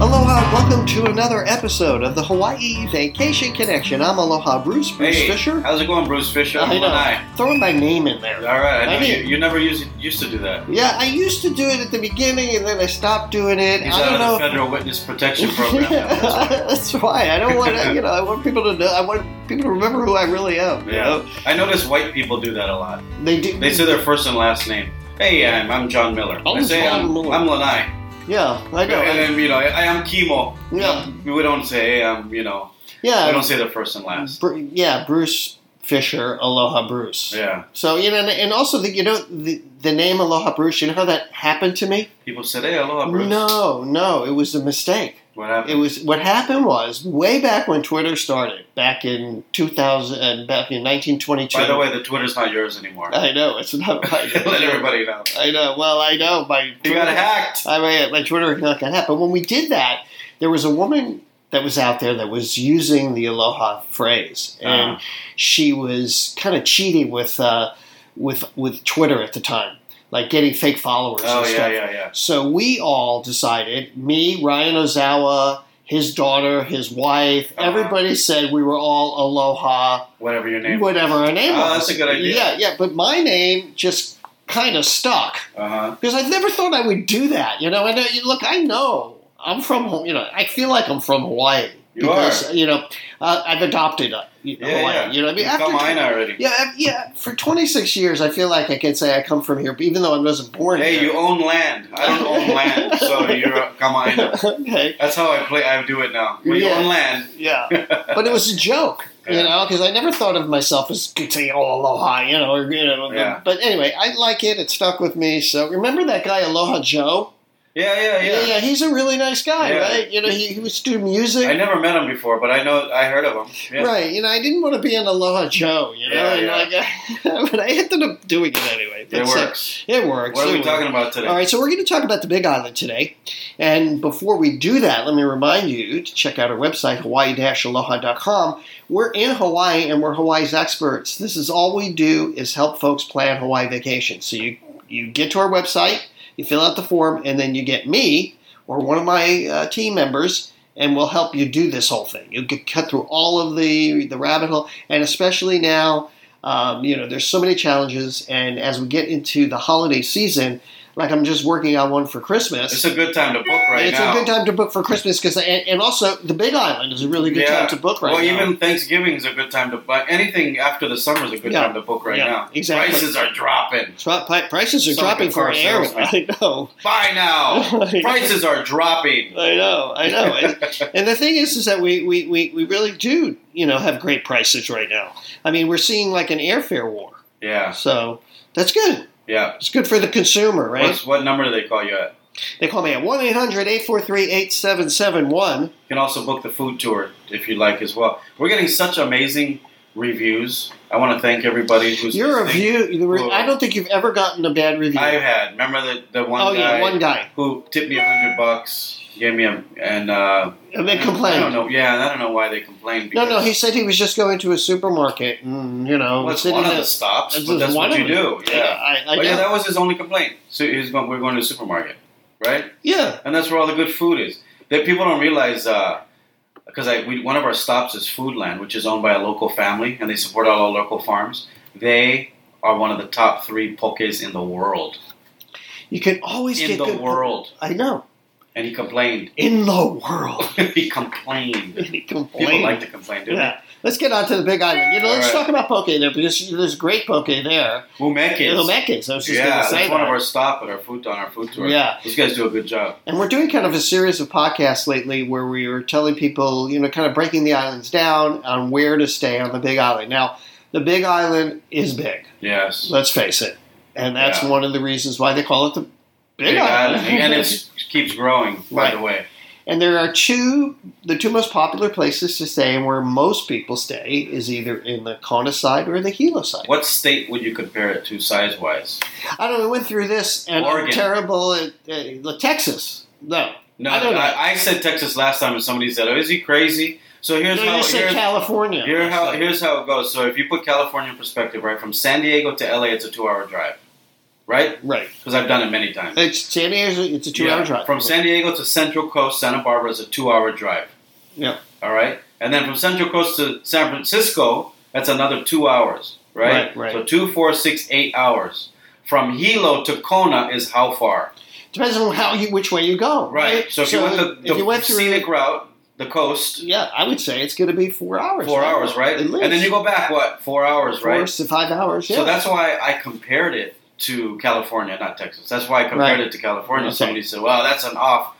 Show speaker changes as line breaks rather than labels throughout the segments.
Welcome to another episode of the Hawaii Vacation Connection. I'm Aloha Bruce, Bruce
Hey,
Fisher.
how's it going, Bruce Fisher?
I know.
Lanai.
Throwing my name in there.
All right, I
I
know you,
mean-
you never used used to do that.
Yeah, I used to do it at the beginning and then I stopped doing it.
He's
I
out
don't
of
know.
the federal witness protection program. now. That's why.
That's why I don't want to, you know I want people to know I want people to remember who I really am. you
Yeah.
know?
I notice white people do that a lot.
they do.
They say their first and last name. Hey, I'm, I'm John Miller.
I'm
I say
John
I'm,
Miller.
I'm Lanai.
yeah, I know.
and then, you know, I, I'm Kimo.
Yeah.
We don't say, hey, I'm, you know, we
yeah,
don't say their first and last.
Bru- yeah, Bruce Fisher, Aloha Bruce.
Yeah.
So you know, and- and also the, you know the, the name Aloha Bruce. You know how that happened to me?
People said, hey, aloha, Bruce.
No, no, it was a mistake.
What
It
happened?
was what happened was way back when Twitter started, back in two thousand and back in nineteen twenty two.
By the way, the Twitter's not yours anymore.
I know it's not.
Let
I know,
everybody know.
I know. Well, I know my
You got hacked.
I mean, my Twitter account got hacked. But when we did that, there was a woman that was out there that was using the aloha phrase, and
Ah.
she was kind of cheating with uh, with with Twitter at the time, like getting fake followers.
Oh,
and
yeah,
stuff.
yeah, yeah.
So we all decided, me, Ryan Ozawa, his daughter, his wife,
Uh-huh.
everybody said we were all aloha,
Whatever your name
whatever our name
Oh,
was.
that's a good idea.
Yeah, yeah. But my name just kind of stuck
Uh huh.
because I never thought I would do that. You know, and uh, you- look, I know I'm from, Ho- you know, I feel like I'm from Hawaii
You
because you know uh, I've adopted uh, you know,
Yeah,
Hawaii.
yeah.
You know, what I mean,
You got mine already.
yeah, I- yeah. For 26 years, I feel like I can say I come from here, even though I wasn't born
Hey, you
here.
own land. I don't own land, so you're a Kamaina.
okay.
That's how I play. I do it now. When you
Yeah.
own land,
Yeah, but it was a joke, you
Yeah.
know, because I never thought of myself as could say oh aloha, you know, or you know.
Yeah.
But anyway, I like it. It stuck with me. So remember that guy Aloha Joe?
yeah, yeah,
Yeah,
yeah.
yeah. He's a really nice guy,
Yeah.
right? You know, he, he was doing music.
I never met him before, but I know I heard of him. Yeah.
Right, you know, I didn't want to be an Aloha Joe, you know,
Yeah,
and
yeah.
like, but I ended up doing it anyway.
It
That's
works.
It works.
What are
it
we
works.
talking about today?
All right, so we're going to talk about the Big Island today. And before we do that, let me remind you to check out our website, hawaii-aloha.com. We're in Hawaii and we're Hawaii's experts. This is all we do is help folks plan Hawaii vacations. So you, you get to our website, you fill out the form, and then you get me or one of my uh, team members and we'll help you do this whole thing. You'll get cut through all of the, the rabbit hole. And especially now, um, you know, there's so many challenges. And as we get into the holiday season, like I'm just working on one for Christmas.
It's a good time to book right
It's
now.
a good time to book for Christmas because, and, and also the Big Island is a really good
Yeah.
time to book right
well,
now.
even Thanksgiving is a good time to buy. Anything after the summer is a good
Yeah.
time to book right
Yeah,
now.
exactly.
Prices are dropping.
Tro- pri- prices are
Sounds like
dropping
a
for
car
air.
salesman.
I know.
Buy now. Oh, Prices are dropping.
I know. I know. And, and the thing is, is that we, we, we, we really do, you know, have great prices right now. I mean, we're seeing like an airfare war.
yeah,
So that's good.
yeah.
It's good for the consumer, right?
What's, what number do they call you at?
They call me at 1 800 843 8771.
You can also book the food tour if you'd like as well. We're getting such amazing reviews. I want to thank everybody who's
Your
listening.
review, the re-
Whoa.
I don't think you've ever gotten a bad review.
I've had. Remember the the one
oh,
guy
yeah, one guy.
who tipped me a hundred bucks, gave me a and uh,
And they
I don't
complained.
know. Yeah, I don't know why they complained.
No, no,
because-
he said he was just going to a supermarket and, you know,
Well, it's
sitting
one of
there-
the stops,
This
but
is
that's
one
what you
of them.
do. Yeah.
I, I
But yeah,
know.
that was his only complaint. So he was going, we're going to the supermarket, right?
yeah.
and that's where all the good food is. That people don't realize because I we, one of our stops is Foodland, which is owned by a local family, and they support all our local farms. They are one of the top three pokes in the world.
You can always
In
get
the
good.
world,
I know.
and he complained.
In the world.
he complained.
He
People
complained.
like to complain, do
yeah. Let's get on to the Big Island. You know, let's
All right.
talk about poke there because there's great poke there.
they? Umekis.
Little Mekis. I was just
Yeah,
going to
that's
say that.
one of our stop at our food on our food tour.
Yeah.
These guys do a good job.
And we're doing kind of a series of podcasts lately where we were telling people, you know, kind of breaking the islands down on where to stay on the Big Island. Now, the Big Island is big,
Yes.
let's face it. And that's
Yeah.
one of the reasons why they call it the Big,
Big
Island.
Island. and it's- it keeps growing, by
Right.
the way.
And there are two, the two most popular places to stay and where most people stay is either in the Kona side or the Hilo side.
What state would you compare it to size wise?
I don't know, we went through this and I'm
Oregon.
terrible at uh, Texas. No,
No,
I
I,
don't know.
I, said Texas last time, and somebody said, "Oh, is he crazy?" So here's
no you
how
just said
here's,
California.
here how here's how it goes. So if you put California in perspective, right, from San Diego to LA, it's a two-hour drive, right?
Right.
Because I've done it many times.
It's San Diego. It's a two-hour
Yeah.
drive
From San Diego to Central Coast, Santa Barbara is a two-hour drive.
Yeah.
All right, and then from Central Coast to San Francisco, that's another two hours, right?
Right, right.
So two, four, six, eight hours. From Hilo to Kona is how far?
Depends on how you which way you go.
Right. So if you went the,
if
the
you went through,
scenic route, the coast,
yeah, I would say it's going to be four hours.
four hours, right?
At
And
least.
then you go back what? Four hours,
four
right?
to five hours. Yeah.
So that's why I compared it to California, not Texas. That's why I compared
Right.
it to California.
Okay.
Somebody said, "Wow, that's an off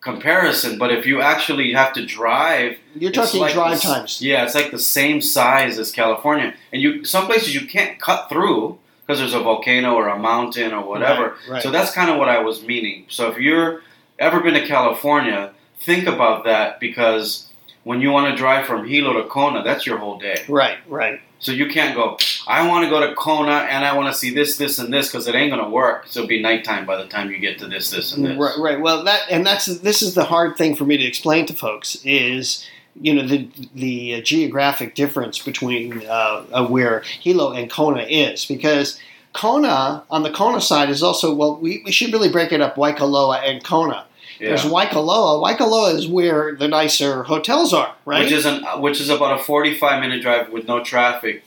comparison," but if you actually have to drive,
you're
it's
talking
like
drive
this-
times.
yeah, it's like the same size as California, and you some places you can't cut through because there's a volcano or a mountain or whatever.
Right. right.
So that's kind of what I was meaning. So if you're ever been to California, think about that because when you want to drive from Hilo to Kona, that's your whole day.
Right, right.
So you can't go, I want to go to Kona and I want to see this, this, and this because it ain't going to work. So it'll be nighttime by the time you get to this, this, and this.
Right, right. Well, that and that's this is the hard thing for me to explain to folks is you know the the geographic difference between uh, uh, where Hilo and Kona is because Kona on the Kona side is also well we, we should really break it up Waikoloa and Kona. There's
Yeah.
Waikoloa. Waikoloa is where the nicer hotels are, right?
Which is an which is about a forty five minute drive with no traffic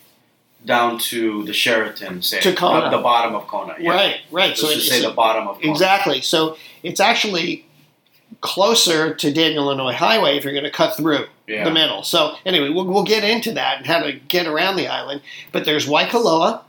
down to the Sheraton, say
To Kona.
uh, the bottom of Kona. Yeah.
Right, right.
Let's
so
just
it's
say the bottom of Kona.
exactly. So it's actually closer to Daniel Illinois Highway if you're going to cut through.
Yeah.
the middle. So anyway, we'll, we'll get into that and how to get around the island. But there's Waikoloa,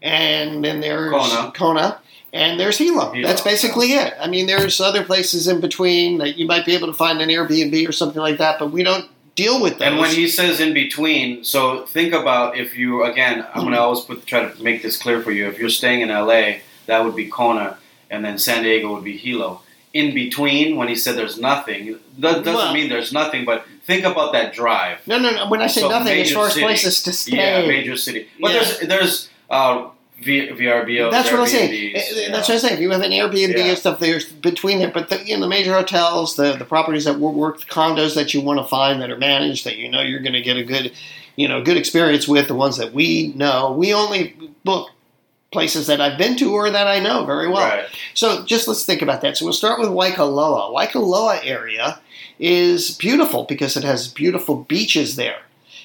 and then there's
Kona.
and there's Hilo.
Hilo,
That's basically it. I mean, there's other places in between that you might be able to find an Airbnb or something like that, but we don't deal with those.
And when he says in between, so think about if you again, I'm gonna always put try to make this clear for you. If you're staying in LA, that would be Kona, and then San Diego would be Hilo. In between, when he said there's nothing, that doesn't
Well-
mean there's nothing. But think about that drive.
no, no, no. When I say
So
nothing, as
major
far as
cities.
places to
Yeah,
stay.
major city. But
Yeah.
there's there's uh, v, VRBO.
that's what I'm saying. Eh,
Airbnbs, yeah.
That's what I'm saying. If you have an Airbnb
Yeah.
and stuff, there's between there, but the, you know, the major hotels, the the properties that work- work, the condos that you want to find that are managed that you know you're going to get a good, you know, good experience with. The ones that we know, we only book places that I've been to or that I know very well.
Right.
So just let's think about that. So we'll start with Waikoloa. Waikoloa area is beautiful because it has beautiful beaches there.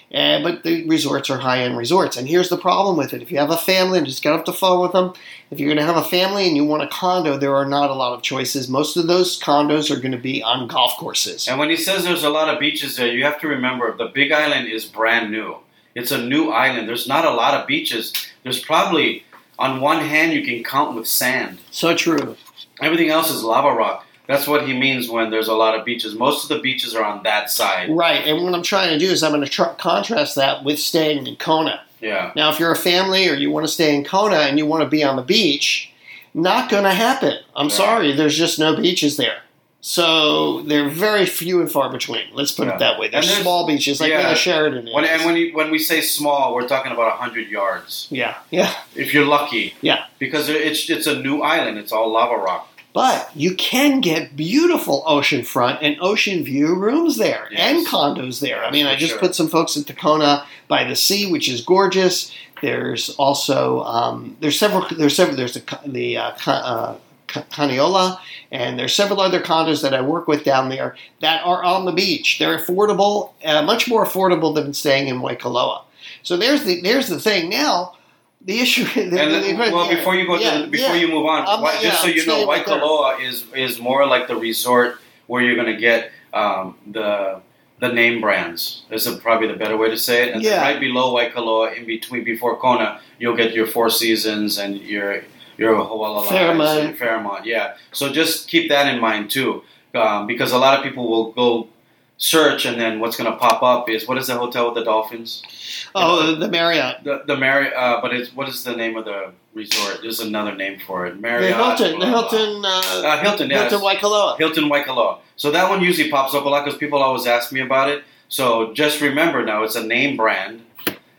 And, but the resorts are high end resorts. And here's the problem with it. If you have a family, and just get off the phone with them. If you're going to have a family and you want a condo, there are not a lot of choices. Most of those condos are going to be on golf courses.
And when he says there's a lot of beaches there, you have to remember the Big Island is brand new. It's a new island. There's not a lot of beaches. There's probably, on one hand, you can count with sand.
So true.
Everything else is lava rock. That's what he means when there's a lot of beaches. Most of the beaches are on that side.
Right. And what I'm trying to do is I'm going to tr- contrast that with staying in Kona.
Yeah.
Now, if you're a family or you want to stay in Kona and you want to be on the beach, not going to happen. I'm
Right.
sorry, there's just no beaches there. So they're very few and far between. Let's put
Yeah.
it that way. They're
And there's-
small beaches, like
yeah.
where the Sheridan is.
When, and when, you, when we say small, we're talking about 100 yards.
yeah, yeah.
If you're lucky.
Yeah.
Because it's, it's a new island. It's all lava rock.
But you can get beautiful oceanfront and ocean view rooms there
Yes.
and condos there. I mean, I
For
just
sure.
put some folks at Tacona by the sea, which is gorgeous. There's also um, there's several there's several there's the co- the uh, co- uh, co- Caneola, and there's several other condos that I work with down there that are on the beach. They're affordable, uh, much more affordable than staying in Waikoloa. So there's the there's the thing now. The issue. The,
And
the-
then, well,
yeah,
before you go,
yeah,
to the, before
yeah.
you move on,
I'm
why-
not-
just
yeah,
so you know,
stay right there.
Waikoloa is is more like the resort where you're going to get um, the the name brands. Is probably the better way to say it. And then
Yeah.
right below Waikoloa, in between before Kona, you'll get your Four Seasons and your your Ho'olala
Fairmont.
and Fairmont. Yeah. So just keep that in mind too, um, because a lot of people will go search and then what's going to pop up is what is the hotel with the dolphins?
Oh, the Marriott.
The the Marriott, uh, but it's what is the name of the resort? There's another name for it.
The
Marriott.
Hilton, the
blah, blah, blah.
Hilton, uh,
Uh, Hilton, yeah.
Hilton
Hilton,
Waikoloa.
Hilton Waikoloa. So that one usually pops up a lot because people always ask me about it. So just remember now, it's a name brand,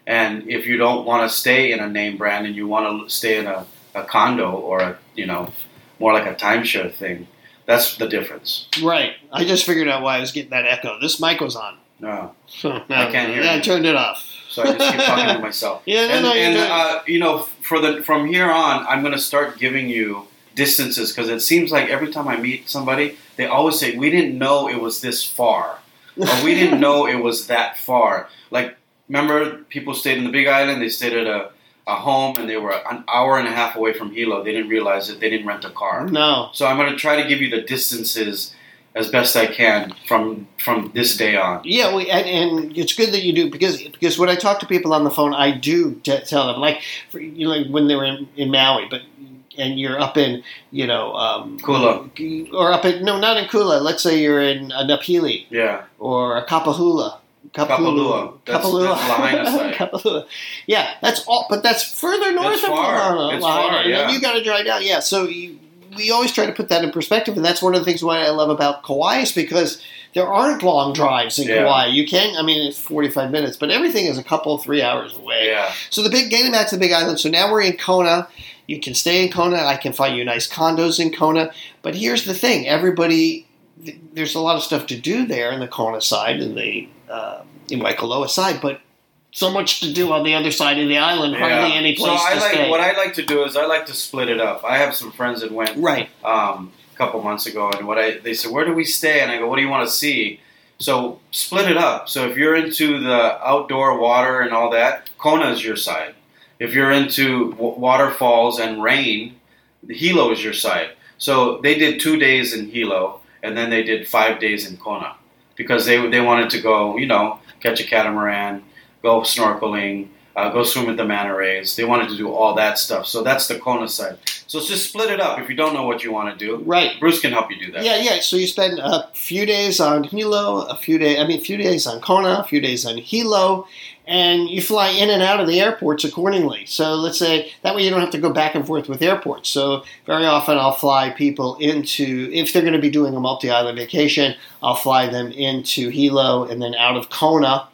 and if you don't want to stay in a name brand and you want to stay in a, a condo or a you know more like a timeshare thing, that's the difference.
Right. I just figured out why I was getting that echo. This mic was on.
No,
So, no,
I can't hear
I
you.
turned it off.
Uh, so I just keep talking to myself.
Yeah, no,
and,
no, you're
and,
doing-
uh, you know, for the from here on, I'm going to start giving you distances because it seems like every time I meet somebody, they always say we didn't know it was this far, or we didn't know it was that far. Like, remember, people stayed in the Big Island. They stayed at a, a home, and they were an hour and a half away from Hilo. They didn't realize it. They didn't rent a car.
No.
So I'm going to try to give you the distances as best I can from from this day on.
Yeah, we, and, and it's good that you do because because when I talk to people on the phone, I do t- tell them like for, you know, like when they were in, in Maui, but and you're up in you know um,
Kula.
or up in no not in Kula. Let's say you're in uh, Napili
Yeah,
or Kapahula.
Kapalua. That's-
Kapalua.
that's Lahaina side.
Kapalua. Yeah, that's all, but that's further north of
far.
Lahaina.
It's far,
Lahaina, and then
yeah.
you got to drive down. Yeah, so you, we always try to put that in perspective, and that's one of the things why I love about Kauai is because there aren't long drives in
Yeah.
Kauai. You can, I mean, it's 45 minutes, but everything is a couple, three hours away.
yeah.
So the big getting back to the Big Island. So now we're in Kona. You can stay in Kona. I can find you nice condos in Kona. But here's the thing: everybody, th- there's a lot of stuff to do there in the Kona side and the uh, in Waikoloa side, but so much to do on the other side of the island. Hardly any place
so I
to
like
stay.
what I like to do is I like to split it up. I have some friends that went
right.
um, a couple months ago, and what I they said, where do we stay? And I go, what do you want to see? So split it up. So if you're into the outdoor water and all that, Kona is your side. If you're into w- waterfalls and rain, Hilo is your side. So they did two days in Hilo, and then they did five days in Kona because they they wanted to go, you know, catch a catamaran, go snorkeling, uh, go swim at the manta rays. They wanted to do all that stuff. So that's the Kona side. So it's just split it up. If you don't know what you want to do,
Right.
Bruce can help you do that.
Yeah, yeah. So you spend a few days on Hilo, a few day I mean, a few days on Kona, a few days on Hilo, and you fly in and out of the airports accordingly. So let's say that way you don't have to go back and forth with airports. So very often I'll fly people into if they're going to be doing a multi-island vacation, I'll fly them into Hilo and then out of Kona,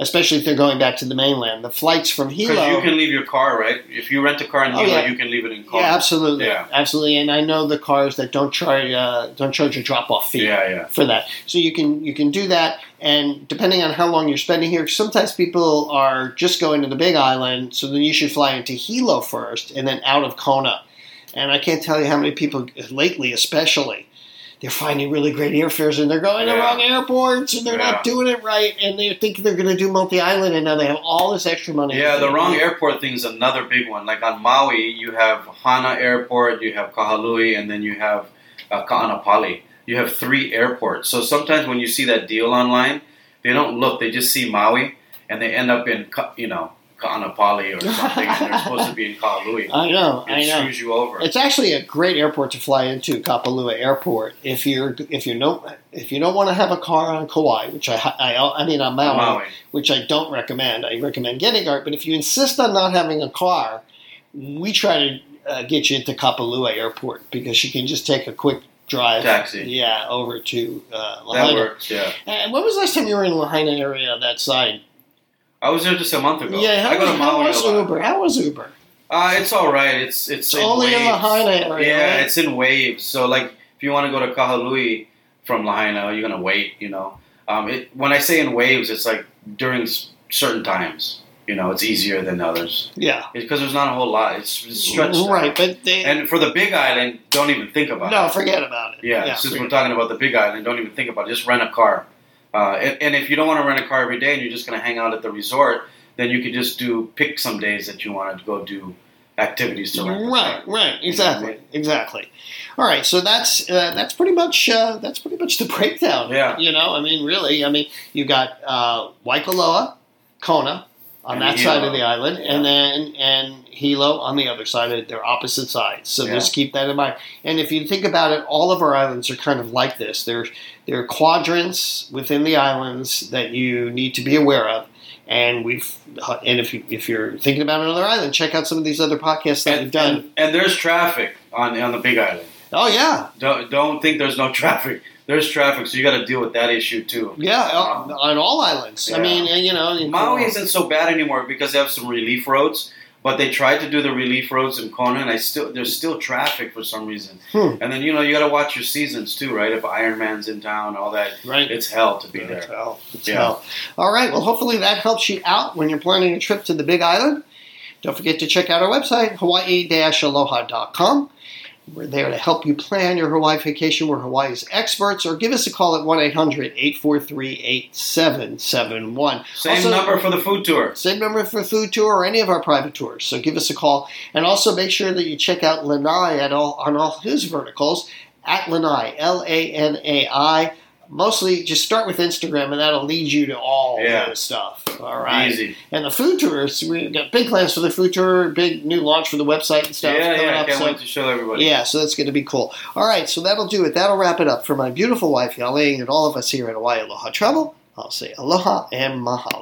especially if they're going back to the mainland. The flights from Hilo.
Because you can leave your car, right? If you rent a car in
Oh,
Hilo,
yeah.
you can leave it in Kona.
yeah, absolutely,
Yeah.
absolutely. And I know the cars that don't charge uh, don't charge a drop-off fee
Yeah, yeah.
for that. So you can you can do that, and depending on how long you're spending here, sometimes people are just going to the Big Island, so then you should fly into Hilo first, and then out of Kona. And I can't tell you how many people lately, especially, they're finding really great airfares, and they're going to
Yeah.
wrong airports, and they're not doing it right, and they think they're going to do multi island, and now they have all this extra money.
Yeah, the wrong airport thing is another big one. Like on Maui, you have Hana Airport, you have Kahului, and then you have uh, Ka'anapali. You have three airports. So sometimes when you see that deal online, they don't look; they just see Maui, and they end up in Ka- you know Ka'anapali or something. and they're supposed to be in Kahului.
I know, I
It
know.
screws you over.
It's actually a great airport to fly into, Kapalua Airport. If you're if you don't if you don't want to have a car on Kauai, which I I, I mean on Maui,
Maui.
which I don't recommend. I recommend getting a car, but if you insist on not having a car, we try to uh, get you into Kapalua Airport because you can just take a quick drive.
Taxi.
Yeah, over to uh,
That
Lahaina.
works. Yeah.
And when was the last time you were in Lahaina area on that side?
I was there just a month ago.
Yeah, how,
I go
was,
to
how
Maui
was
a lot.
Uber? How was Uber?
Uh, it's all right. It's it's,
It's only in
waves.
Lahaina area,
Yeah,
right?
it's in waves. So like, if you want to go to Kahului from Lahaina, you're gonna wait. You know, um, it, when I say in waves, it's like during s- certain times. You know, it's easier than others
Yeah,
because there's not a whole lot. It's, it's stretched out.
right. But they,
And for the Big Island, don't even think about
no,
it.
forget about it.
Yeah, since
forget-
we're talking about the Big Island, don't even think about it. Just rent a car. Uh, and, and if you don't want to rent a car every day and you're just going to hang out at the resort, then you could just do pick some days that you want to go do activities to rent. a
Right,
car.
right,
You know what I
exactly, exactly. All right, so that's uh, that's pretty much uh, that's pretty much the breakdown.
Yeah.
you know, I mean, really, I mean, you got uh, Waikoloa, Kona on
And
that
Hilo.
side of the island,
Yeah.
and then and Hilo on the other side. of They're opposite sides, so
Yeah.
just keep that in mind. And if you think about it, all of our islands are kind of like this. They're there are quadrants within the islands that you need to be aware of. And we've, and if you if you're thinking about another island, check out some of these other podcasts that we've
And,
done.
and, and there's traffic on on the Big Island.
Oh yeah,
Don't, don't think there's no traffic. There's traffic, so you got to deal with that issue too.
yeah, on- on all islands. I
Um, Yeah.
mean, you know, in
Maui
Kauai.
isn't so bad anymore because they have some relief roads. But they tried to do the relief roads in Kona, and I still there's still traffic for some reason.
Hmm.
And then you know you got to watch your seasons too, right? If Ironman's in town, all that,
Right.
it's hell to be
It's
there.
hell. It's
Yeah.
hell. All right. Well, hopefully that helps you out when you're planning a trip to the Big Island. Don't forget to check out our website, hawaii-aloha.com. We're there to help you plan your Hawaii vacation. We're Hawaii's experts, or give us a call at 1-800-843-8771.
Same
Also-
number for the food tour.
Same number for food tour or any of our private tours. So give us a call. And also make sure that you check out Lanai at all, on all his verticals at Lanai, L A N A I. Mostly just start with Instagram and that'll lead you to all
Yeah.
the stuff. All right.
Easy.
And the food tours, we got big plans for the food tour, big new launch for the website and stuff
yeah,
coming
yeah. I
up.
can't
so-
wait to show everybody.
yeah, so that's going to be cool. All right, so that'll do it. That'll wrap it up for my beautiful wife, Yale, and all of us here at Hawaii Aloha Travel. I'll say aloha and mahalo.